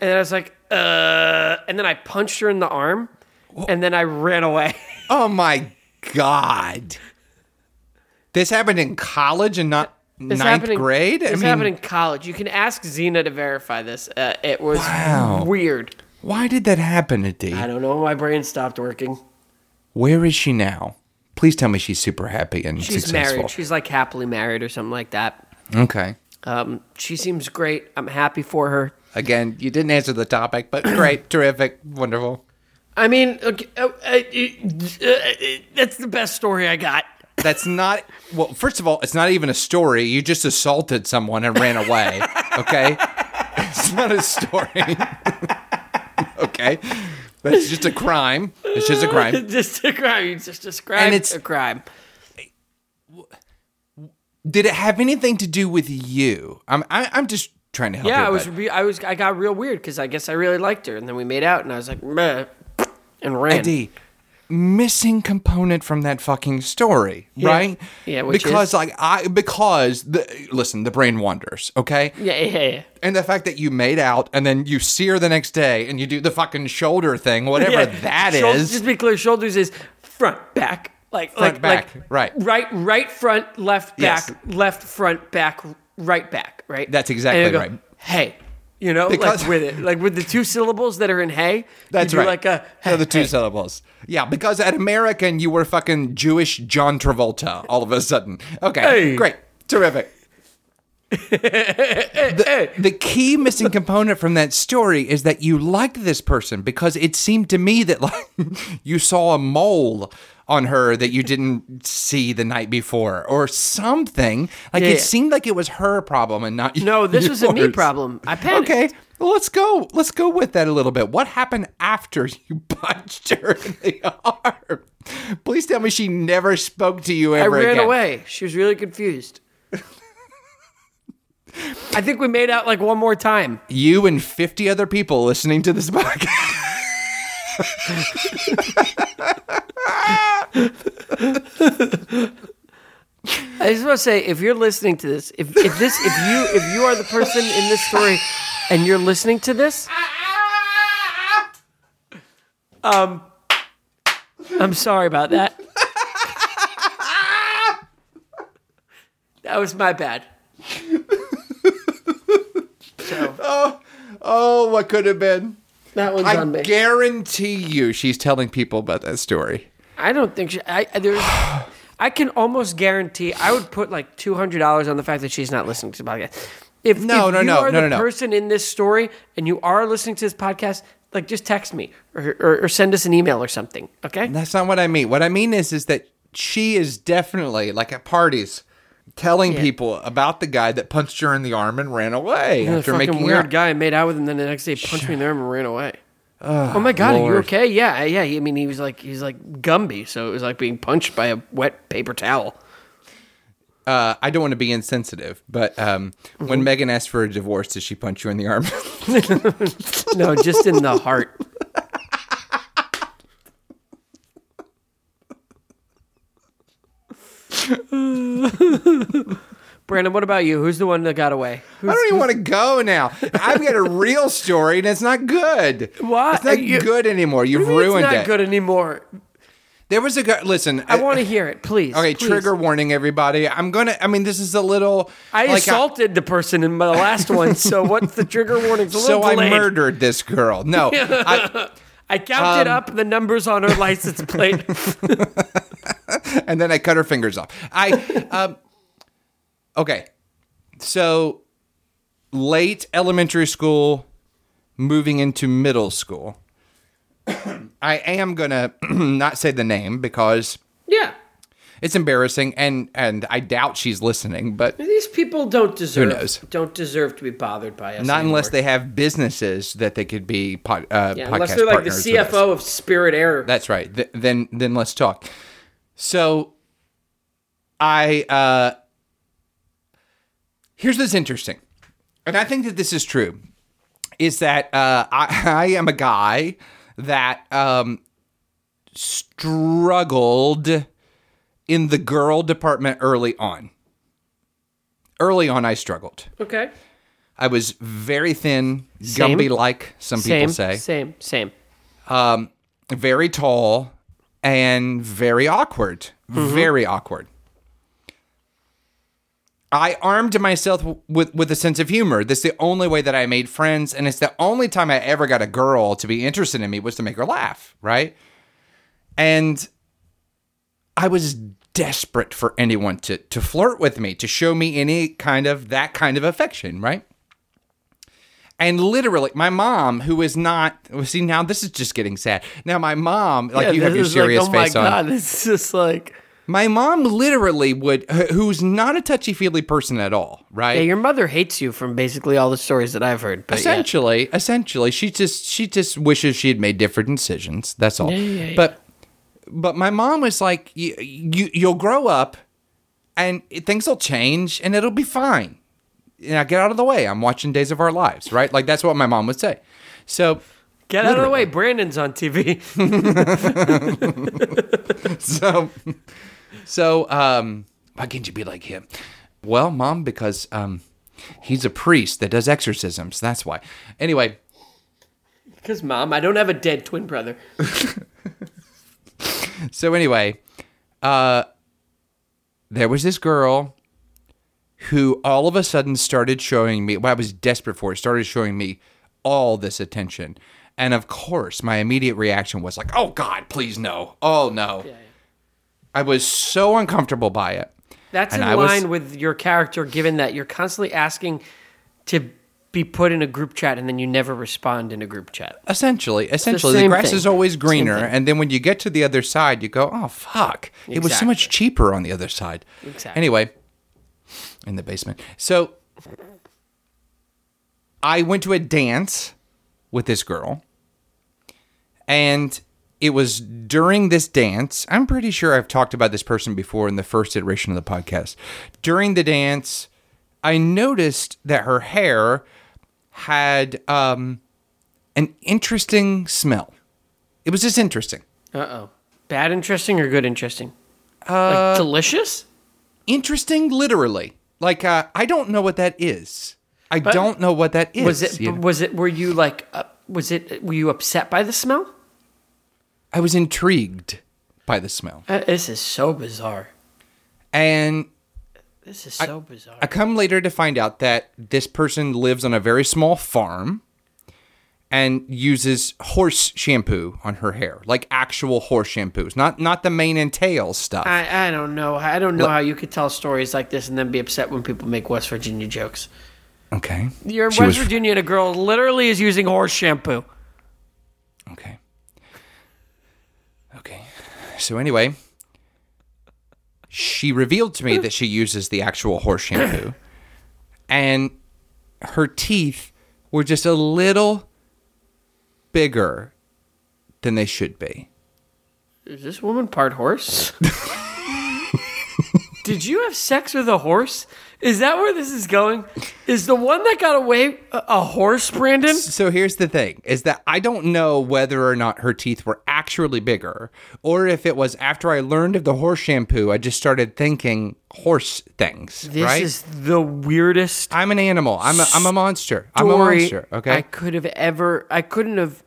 Speaker 2: and then I was like, "Uh," and then I punched her in the arm, and then I ran away.
Speaker 1: Oh my god, this happened in college and not
Speaker 2: This
Speaker 1: ninth
Speaker 2: happened in-
Speaker 1: grade.
Speaker 2: This
Speaker 1: I mean,
Speaker 2: happened in college. You can ask Xena to verify this. Uh, it was
Speaker 1: Wow.
Speaker 2: weird.
Speaker 1: why did that happen, Adi?
Speaker 2: I don't know. My brain stopped working.
Speaker 1: Where is she now? Please tell me she's super happy and
Speaker 2: She's
Speaker 1: successful.
Speaker 2: married. She's like happily married or something like that.
Speaker 1: okay.
Speaker 2: Um, she seems great. I'm happy for her.
Speaker 1: Again, you didn't answer the topic, but great, terrific, wonderful.
Speaker 2: I mean, okay, uh, uh, uh, uh, that's the best story I got.
Speaker 1: That's not well. First of all, it's not even a story. You just assaulted someone and ran away. Okay, it's not a story. okay, that's just a crime. It's just a crime.
Speaker 2: just a crime. You just described
Speaker 1: And it's-
Speaker 2: a crime.
Speaker 1: Did it have anything to do with you? I'm I, I'm just trying to help.
Speaker 2: Yeah,
Speaker 1: you,
Speaker 2: I was.
Speaker 1: bud.
Speaker 2: Re- I was. I got real weird because I guess I really liked her, and then we made out, and I was like, meh, and ran.
Speaker 1: Andy, missing component from that fucking story, right?
Speaker 2: Yeah, which
Speaker 1: because
Speaker 2: is?
Speaker 1: like I because the listen, the brain wanders, okay?
Speaker 2: Yeah, yeah, yeah.
Speaker 1: And the fact that you made out and then you see her the next day and you do the fucking shoulder thing, whatever
Speaker 2: Yeah.
Speaker 1: that is.
Speaker 2: Shoul- Just be clear, shoulders is front, back, like
Speaker 1: Front,
Speaker 2: like,
Speaker 1: back,
Speaker 2: like
Speaker 1: right.
Speaker 2: right, right, front, left, back,
Speaker 1: Yes.
Speaker 2: left, front, back, right, back, right.
Speaker 1: That's exactly
Speaker 2: And you go,
Speaker 1: right.
Speaker 2: Hey, you know,
Speaker 1: Because-
Speaker 2: like with it, like with the two syllables that are in hey.
Speaker 1: That's
Speaker 2: you do
Speaker 1: right.
Speaker 2: Like a
Speaker 1: Yeah, the two
Speaker 2: hey.
Speaker 1: syllables. Yeah, because at American you were fucking Jewish John Travolta all of a sudden. Okay,
Speaker 2: Hey.
Speaker 1: great, terrific. the, the key missing component from that story is that you liked this person because it seemed to me that like you saw a mole on her that you didn't see the night before or something. Like
Speaker 2: Yeah,
Speaker 1: it
Speaker 2: yeah.
Speaker 1: seemed like it was her problem and not
Speaker 2: No, this was a me
Speaker 1: yours.
Speaker 2: problem. I panicked.
Speaker 1: Okay, well, let's go. Let's go with that a little bit. What happened after you punched her in the arm? Please tell me she never spoke to you
Speaker 2: I
Speaker 1: ever
Speaker 2: ran
Speaker 1: again.
Speaker 2: away. She was really confused. I think we made out like one more time.
Speaker 1: You and fifty other people listening to this podcast.
Speaker 2: I just want to say, if you're listening to this, if, if this, if you, if you are the person in this story, and you're listening to this, um, I'm sorry about that. That was my bad. So
Speaker 1: Oh, what could have been?
Speaker 2: that one's
Speaker 1: I
Speaker 2: on me.
Speaker 1: guarantee you, she's telling people about that story.
Speaker 2: I don't think she, I I- there's. I can almost guarantee I would put like two hundred dollars on the fact that she's not listening to the podcast. If
Speaker 1: No,
Speaker 2: if
Speaker 1: no,
Speaker 2: you
Speaker 1: no,
Speaker 2: are
Speaker 1: no,
Speaker 2: the
Speaker 1: no, no.
Speaker 2: person in this story and you are listening to this podcast, like just text me or, or, or send us an email or something. Okay.
Speaker 1: That's not what I mean. What I mean is, is that she is definitely like at parties. Telling
Speaker 2: Yeah.
Speaker 1: people about the guy that punched her in the arm and ran away
Speaker 2: The
Speaker 1: after
Speaker 2: fucking
Speaker 1: making
Speaker 2: weird
Speaker 1: out.
Speaker 2: guy made out with him, then the next day punched me in the arm and ran away. oh my god, are you
Speaker 1: Lord.
Speaker 2: okay? Yeah, yeah. I mean, he was like he was like Gumby, so it was like being punched by a wet paper towel.
Speaker 1: uh, I don't want to be insensitive, but um,
Speaker 2: Mm-hmm.
Speaker 1: when Megan asked for a divorce, did she punch you in the arm?
Speaker 2: No, just in the heart. Brandon, what about you? Who's the one that got away?
Speaker 1: I don't even want to go now. I've got a real story and it's not good.
Speaker 2: Why?
Speaker 1: It's not
Speaker 2: You-
Speaker 1: good anymore. You've ruined
Speaker 2: it's not
Speaker 1: it.
Speaker 2: good anymore.
Speaker 1: There was a guy. Listen, uh,
Speaker 2: I want to hear it, please.
Speaker 1: Okay,
Speaker 2: please.
Speaker 1: trigger warning, everybody. I'm gonna. I mean, this is a little.
Speaker 2: I
Speaker 1: like,
Speaker 2: assaulted the person in my last one, so what's the trigger warning? It's a
Speaker 1: so
Speaker 2: little
Speaker 1: I
Speaker 2: delayed.
Speaker 1: murdered this girl. No, I,
Speaker 2: I counted up the numbers on her license plate.
Speaker 1: and then I cut her fingers off. I um, okay, so late elementary school, moving into middle school. I am gonna not say the name because
Speaker 2: yeah,
Speaker 1: it's embarrassing, and and I doubt she's listening, but
Speaker 2: these people don't deserve
Speaker 1: knows?
Speaker 2: don't deserve to be bothered by us.
Speaker 1: not unless
Speaker 2: anymore.
Speaker 1: they have businesses that they could be pod, uh,
Speaker 2: Yeah,
Speaker 1: podcast
Speaker 2: unless they're like the
Speaker 1: partners with us.
Speaker 2: CFO of Spirit Air.
Speaker 1: That's right. Th- then then let's talk. So I uh here's what's interesting. And I think that this is true. Is that uh I, I am a guy that um struggled in the girl department early on. Early on I struggled.
Speaker 2: okay.
Speaker 1: I was very thin,
Speaker 2: Same.
Speaker 1: Gumby like some
Speaker 2: Same,
Speaker 1: people say.
Speaker 2: same, same.
Speaker 1: very tall and very awkward. Very awkward. I armed myself w- with with a sense of humor. That's the only way that I made friends, and it's the only time I ever got a girl to be interested in me was to make her laugh, right? And I was desperate for anyone to to flirt with me, to show me any kind of that kind of affection, right? And literally, my mom, who is not well, see now, this is just getting sad. Now, my mom, like you have your serious face
Speaker 2: oh my
Speaker 1: on.
Speaker 2: god, it's just like
Speaker 1: My mom literally would, wh- who's not a touchy feely person at all, right?
Speaker 2: yeah, your mother hates you from basically all the stories that I've heard. But yeah.
Speaker 1: essentially, essentially, she just she just wishes she had made different decisions. That's all.
Speaker 2: yeah, yeah.
Speaker 1: But but my mom was like, you, you you'll grow up, and it- things will change, and it'll be fine. Now get out of the way. I'm watching Days of Our Lives, right? Like that's what my mom would say. So
Speaker 2: Get out of the way. Brandon's on TV.
Speaker 1: so so um why can't you be like him well mom because um he's a priest that does exorcisms that's why anyway
Speaker 2: Because, Mom, I don't have a dead twin brother.
Speaker 1: so anyway uh there was this girl who all of a sudden started showing me what I was desperate for started showing me all this attention and of course my immediate reaction was like oh god please no oh no i was so uncomfortable by it
Speaker 2: That's
Speaker 1: And
Speaker 2: in
Speaker 1: I was-
Speaker 2: line with your character, given that you're constantly asking to be put in a group chat and then you never respond in a group chat.
Speaker 1: Essentially, essentially, the,
Speaker 2: same
Speaker 1: grass
Speaker 2: thing.
Speaker 1: is always
Speaker 2: Same
Speaker 1: greener,
Speaker 2: thing.
Speaker 1: and then when you get to the other side, you go, "Oh fuck, it was so much cheaper on the other side."
Speaker 2: Exactly.
Speaker 1: Anyway, in the basement, so I went to a dance with this girl, and it was during this dance. I'm pretty sure I've talked about this person before in the first iteration of the podcast. During the dance, I noticed that her hair had um, an interesting smell. It was just interesting.
Speaker 2: Uh oh. Bad interesting or good interesting? like delicious?
Speaker 1: Interesting, literally. Like uh, I don't know what that is. I don't know what that is.
Speaker 2: Was it?
Speaker 1: you know?
Speaker 2: Was it? Were you like? Uh, was it? Were you upset by the smell?
Speaker 1: I was intrigued by the smell,
Speaker 2: Uh, this is so bizarre.
Speaker 1: and
Speaker 2: This is so bizarre.
Speaker 1: I come later to find out that this person lives on a very small farm and uses horse shampoo on her hair, like actual horse shampoos, not not the mane and tail stuff.
Speaker 2: I, I don't know. I don't know how you could tell stories like this and then be upset when people make West Virginia jokes.
Speaker 1: okay,
Speaker 2: You're in
Speaker 1: She
Speaker 2: West
Speaker 1: was-
Speaker 2: Virginia and a girl literally is using horse shampoo.
Speaker 1: Okay. Okay. So anyway, she revealed to me that she uses the actual horse shampoo and her teeth were just a little bigger than they should be.
Speaker 2: Is this woman part horse? Did you have sex with a horse? Is that where this is going? Is the one that got away a, a horse, Brandon?
Speaker 1: So here's the thing is that I don't know whether or not her teeth were actually bigger or if it was after I learned of the horse shampoo I just started thinking horse things,
Speaker 2: This
Speaker 1: right?
Speaker 2: is the weirdest
Speaker 1: I'm an animal. I'm a, I'm a monster. I'm a
Speaker 2: story
Speaker 1: monster. Okay.
Speaker 2: I could have ever. I couldn't have.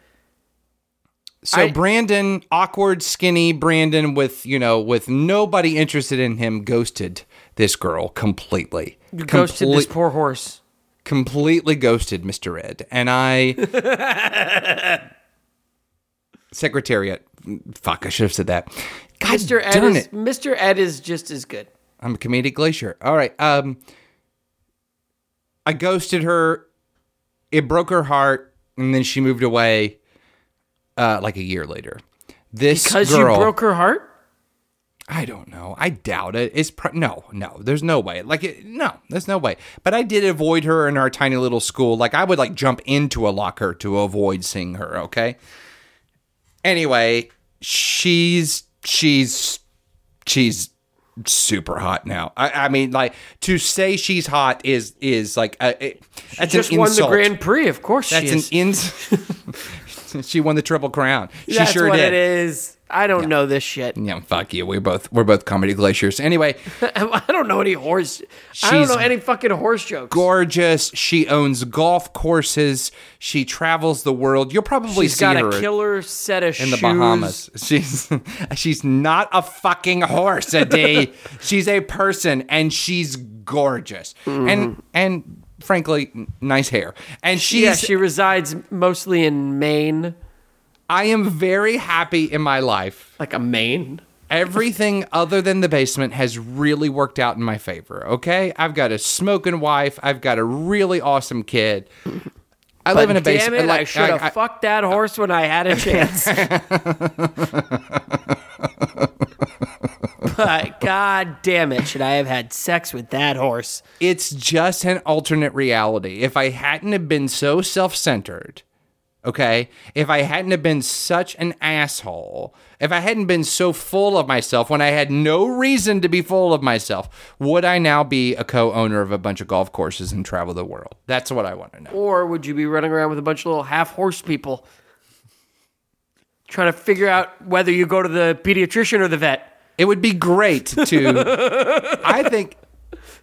Speaker 1: so
Speaker 2: I-
Speaker 1: Brandon, awkward, skinny Brandon, with you know, with nobody interested in him, ghosted this girl completely.
Speaker 2: You ghosted this
Speaker 1: Comple-
Speaker 2: poor horse.
Speaker 1: completely ghosted Mr. Ed, and I. Secretariat. Fuck, I should have said that. God
Speaker 2: Mr. Ed
Speaker 1: darn
Speaker 2: is
Speaker 1: it.
Speaker 2: Mr. Ed is just as good.
Speaker 1: I'm a comedic glacier. All right. Um, I ghosted her. It broke her heart, and then she moved away. Uh, like a year later. This
Speaker 2: Because
Speaker 1: girl,
Speaker 2: you broke her heart?
Speaker 1: I don't know. I doubt it. It's pro- no, no. There's no way. Like it, no, there's no way. But I did avoid her in our tiny little school. Like I would like jump into a locker to avoid seeing her. Okay. Anyway, she's she's she's super hot now. I, I mean, like to say she's hot is is like uh, it, that's
Speaker 2: Just
Speaker 1: an
Speaker 2: won
Speaker 1: insult.
Speaker 2: the Grand Prix, of course she
Speaker 1: that's an
Speaker 2: is.
Speaker 1: ins. she won the triple crown. She
Speaker 2: That's
Speaker 1: sure
Speaker 2: what
Speaker 1: did.
Speaker 2: it is. I don't know this shit.
Speaker 1: Yeah, fuck you. We're both we're both comedy glaciers. Anyway.
Speaker 2: I don't know any horse. I don't
Speaker 1: She's
Speaker 2: know any fucking horse jokes.
Speaker 1: gorgeous. She owns golf courses. She travels the world. You'll probably
Speaker 2: She's
Speaker 1: see
Speaker 2: got
Speaker 1: her
Speaker 2: a killer set of shoes.
Speaker 1: in the Bahamas. She's she's not a fucking horse, Adi. she's a person, and she's gorgeous.
Speaker 2: Mm-hmm.
Speaker 1: And and frankly, n- nice hair. And she's
Speaker 2: Yeah, she resides mostly in Maine,
Speaker 1: I am very happy in my life.
Speaker 2: like a Maine.
Speaker 1: Everything other than the basement has really worked out in my favor. Okay, I've got a smoking wife. I've got a really awesome kid. I live in a
Speaker 2: But
Speaker 1: basement.
Speaker 2: Damn it, I
Speaker 1: like-
Speaker 2: should have
Speaker 1: I-
Speaker 2: fucked that horse when I had a chance. but god damn it, should I have had sex with that horse?
Speaker 1: it's just an alternate reality. If I hadn't have been so self-centered, okay? If I hadn't have been such an asshole, if I hadn't been so full of myself when I had no reason to be full of myself, would I now be a co-owner of a bunch of golf courses and travel the world? That's what I want to know.
Speaker 2: Or would you be running around with a bunch of little half horse people? trying to figure out whether you go to the pediatrician or the vet.
Speaker 1: It would be great to. I think.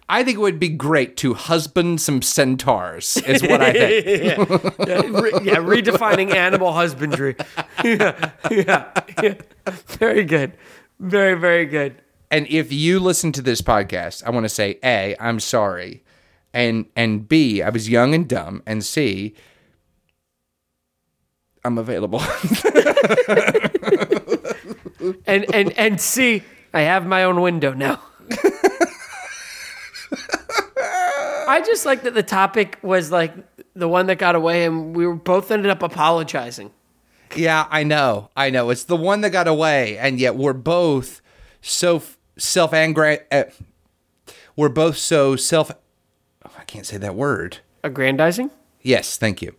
Speaker 1: I think it would be great to husband some centaurs. Is what I think.
Speaker 2: Yeah, re- yeah, redefining animal husbandry. Yeah, yeah, yeah. Very good. Very, very good.
Speaker 1: And if you listen to this podcast, I want to say A, I'm sorry. And and B, I was young and dumb. And C, I'm available.
Speaker 2: And and and see, I have my own window now. I just like that the topic was like the one that got away, and we were both ended up apologizing.
Speaker 1: yeah, I know. I know. It's the one that got away and yet we're both so f- self-angry uh, we're both so self oh, I can't say that word.
Speaker 2: Aggrandizing.
Speaker 1: Yes, thank you.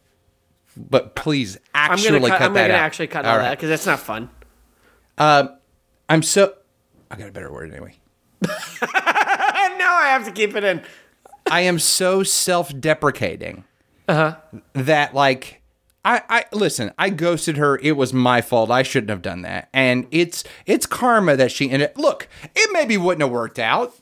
Speaker 1: But please
Speaker 2: I'm
Speaker 1: actually
Speaker 2: gonna cut,
Speaker 1: cut
Speaker 2: I'm
Speaker 1: that
Speaker 2: gonna
Speaker 1: out.
Speaker 2: actually cut
Speaker 1: All
Speaker 2: all,
Speaker 1: right.
Speaker 2: that because that's not fun.
Speaker 1: I'm so I got a better word anyway.
Speaker 2: And now Uh, I have to keep it in.
Speaker 1: I am so self-deprecating
Speaker 2: Uh-huh.
Speaker 1: that like I, I listen. I ghosted her. It was my fault. I shouldn't have done that. And it's it's karma that she ended. Look, it maybe wouldn't have worked out.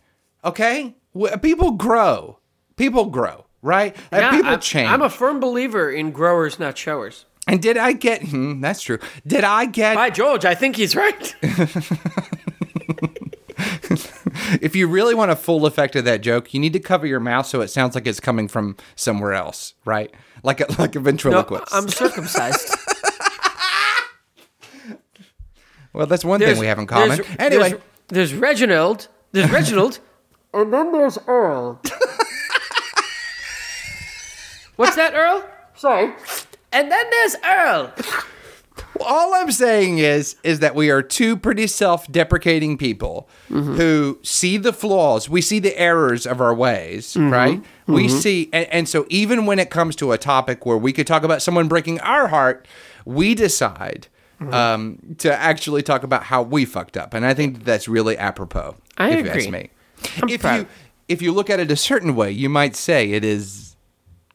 Speaker 1: Okay, W- people grow. People grow, right? And
Speaker 2: Yeah,
Speaker 1: people
Speaker 2: I'm-
Speaker 1: change.
Speaker 2: I'm a firm believer in growers, not showers.
Speaker 1: and did I get? Hmm, that's true. Did I get?
Speaker 2: By George, I think he's right.
Speaker 1: if you really want a full effect of that joke, you need to cover your mouth so it sounds like it's coming from somewhere else, right? Like a like a ventriloquist.
Speaker 2: I'm circumcised.
Speaker 1: well, that's one thing we have in
Speaker 2: There's-
Speaker 1: common. Anyway.
Speaker 2: there's, there's Reginald. There's Reginald, and then there's Earl. What's that, Earl? Sorry. And then there's Earl.
Speaker 1: all I'm saying is is that we are two pretty self-deprecating people
Speaker 2: Mm-hmm.
Speaker 1: who see the flaws, we see the errors of our ways,
Speaker 2: Mm-hmm.
Speaker 1: right? We see and, and so even when it comes to a topic where we could talk about someone breaking our heart, we decide
Speaker 2: Mm-hmm.
Speaker 1: um, to actually talk about how we fucked up. And I think that's really apropos.
Speaker 2: I
Speaker 1: if you ask
Speaker 2: agree.
Speaker 1: me. if
Speaker 2: proud.
Speaker 1: you if you look at it a certain way, you might say it is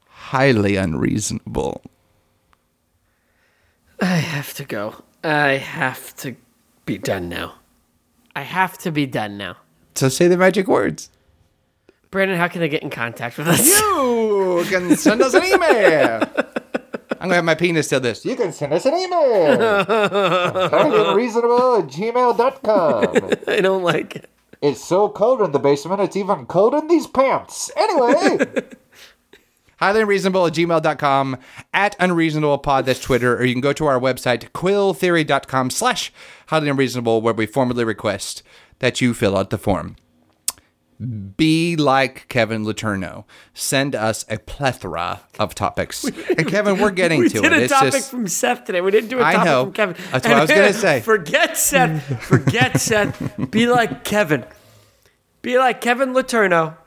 Speaker 1: highly unreasonable.
Speaker 2: I have to go. I have to be done now. I have to be done now.
Speaker 1: So say the magic words.
Speaker 2: Brandon, how can they get in contact with us?
Speaker 1: You can send us an email. I'm gonna have my penis tell this. You can send us an email. Unreasonable at gmail.com.
Speaker 2: I don't like it.
Speaker 1: It's so cold in the basement, it's even cold in these pants. Anyway. Highly unreasonable at gmail.com at unreasonable pod, that's Twitter, or you can go to our website, quilltheory.com slash highly unreasonable, where we formally request that you fill out the form. Be like Kevin Letourneau. Send us a plethora of topics. And Kevin, we're getting
Speaker 2: We
Speaker 1: to it.
Speaker 2: did a
Speaker 1: It's
Speaker 2: topic
Speaker 1: just-
Speaker 2: from Seth today. We didn't do a
Speaker 1: I
Speaker 2: topic
Speaker 1: know.
Speaker 2: from Kevin.
Speaker 1: That's what I was gonna say.
Speaker 2: Forget Seth. Forget Seth. Be like Kevin. Be like Kevin Letourneau,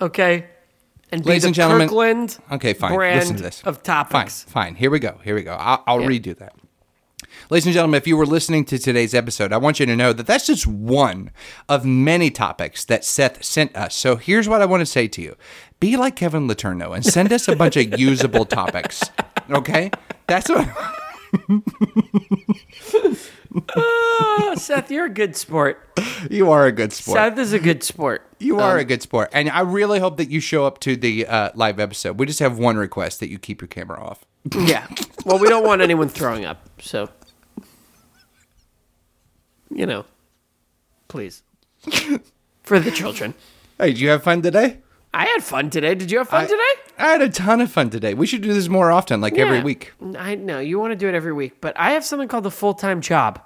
Speaker 2: okay? And be
Speaker 1: Ladies
Speaker 2: the
Speaker 1: and gentlemen-
Speaker 2: Kirkland
Speaker 1: Okay, fine.
Speaker 2: brand
Speaker 1: Listen to this.
Speaker 2: of
Speaker 1: Fine,
Speaker 2: topics.
Speaker 1: fine. Here we go. Here we go. I'll, I'll redo that. Ladies and gentlemen, if you were listening to today's episode, I want you to know that that's just one of many topics that Seth sent us. So here's what I want to say to you Be like Kevin Letourneau and send us a bunch of usable topics. Okay? That's what.
Speaker 2: Oh, Seth, you're a good sport.
Speaker 1: You are a good sport.
Speaker 2: Seth um, is a good sport.
Speaker 1: You are a good sport, and I really hope that you show up to the uh, live episode. We just have one request that you keep your camera off.
Speaker 2: Yeah. Well, we don't want anyone throwing up, so. You know, please. For the children.
Speaker 1: Hey, did you have fun today?
Speaker 2: I had fun today. Did you have fun today?
Speaker 1: I had a ton of fun today. We should do this more often, like every
Speaker 2: Yeah.
Speaker 1: week.
Speaker 2: I know you want to do it every week, but I have something called the full time job.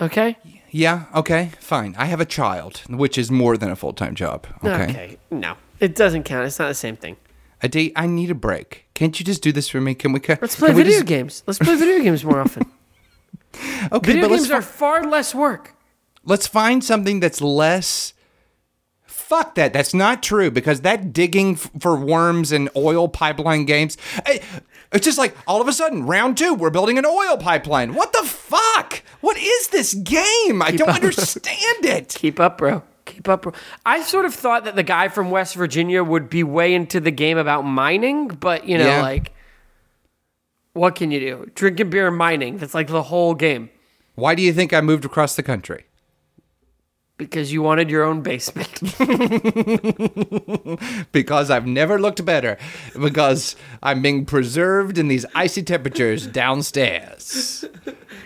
Speaker 2: Okay.
Speaker 1: Yeah. Okay. Fine. I have a child, which is more than a full time job. Okay.
Speaker 2: No, it doesn't count. It's not the same thing.
Speaker 1: Adi, I need a break. Can't you just do this for me? Can we? Can,
Speaker 2: Let's play
Speaker 1: can we
Speaker 2: video
Speaker 1: just-
Speaker 2: games. Let's play video games more often.
Speaker 1: Okay,
Speaker 2: Video
Speaker 1: but let's
Speaker 2: games are far less work.
Speaker 1: let's find something that's less. Fuck that. That's not true because that digging f- for worms and oil pipeline games. eh, It's just like all of a sudden, round two, we're building an oil pipeline. What the fuck? What is this game? I don't understand it.
Speaker 2: Keep up, bro. Keep up, bro. I sort of thought that the guy from West Virginia would be way into the game about mining, but you know,
Speaker 1: Yeah.
Speaker 2: like, what can you do? Drinking beer and mining. That's like the whole game.
Speaker 1: Why do you think I moved across the country?
Speaker 2: because you wanted your own basement.
Speaker 1: Because I've never looked better. Because I'm being preserved in these icy temperatures downstairs.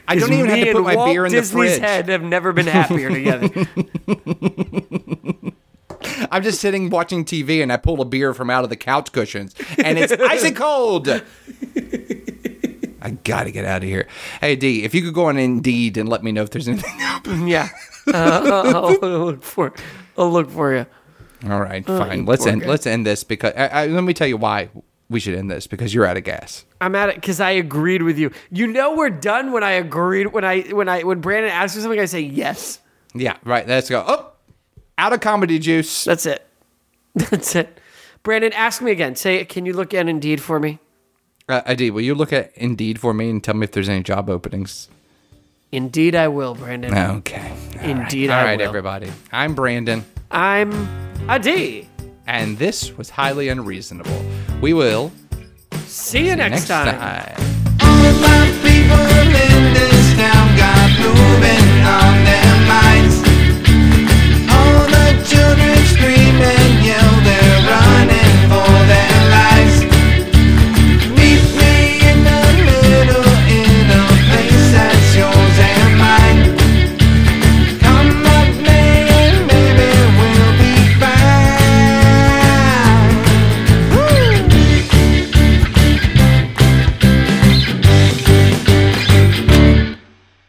Speaker 1: I don't even have
Speaker 2: Me
Speaker 1: to put
Speaker 2: and
Speaker 1: my
Speaker 2: Walt
Speaker 1: beer in
Speaker 2: Disney's
Speaker 1: the fridge.
Speaker 2: head have never been happier together.
Speaker 1: I'm just sitting watching TV and I pull a beer from out of the couch cushions and it's icy cold. I gotta get out of here. Hey D, if you could go on Indeed and let me know if there's anything open.
Speaker 2: yeah, uh, I'll, I'll look for. I'll look for you.
Speaker 1: All right, fine. let's
Speaker 2: Oh, poor
Speaker 1: end.
Speaker 2: guy.
Speaker 1: Let's end this because I, I, let me tell you why we should end this because you're out of gas.
Speaker 2: I'm at it because I agreed with you. You know we're done when I agreed when I when I when Brandon asks me something I say yes.
Speaker 1: Yeah, right. Let's go. Oh, out of comedy juice.
Speaker 2: That's it. That's it. Brandon, ask me again. Say, can you look at Indeed for me?
Speaker 1: Uh, ID, will you look at Indeed for me and tell me if there's any job openings?
Speaker 2: Indeed, I will, Brandon.
Speaker 1: Okay.
Speaker 2: Indeed, I
Speaker 1: All right,
Speaker 2: will.
Speaker 1: everybody. I'm Brandon.
Speaker 2: I'm a D.
Speaker 1: and this was highly unreasonable. We will
Speaker 2: See you next, time.
Speaker 1: time.
Speaker 3: All my people in this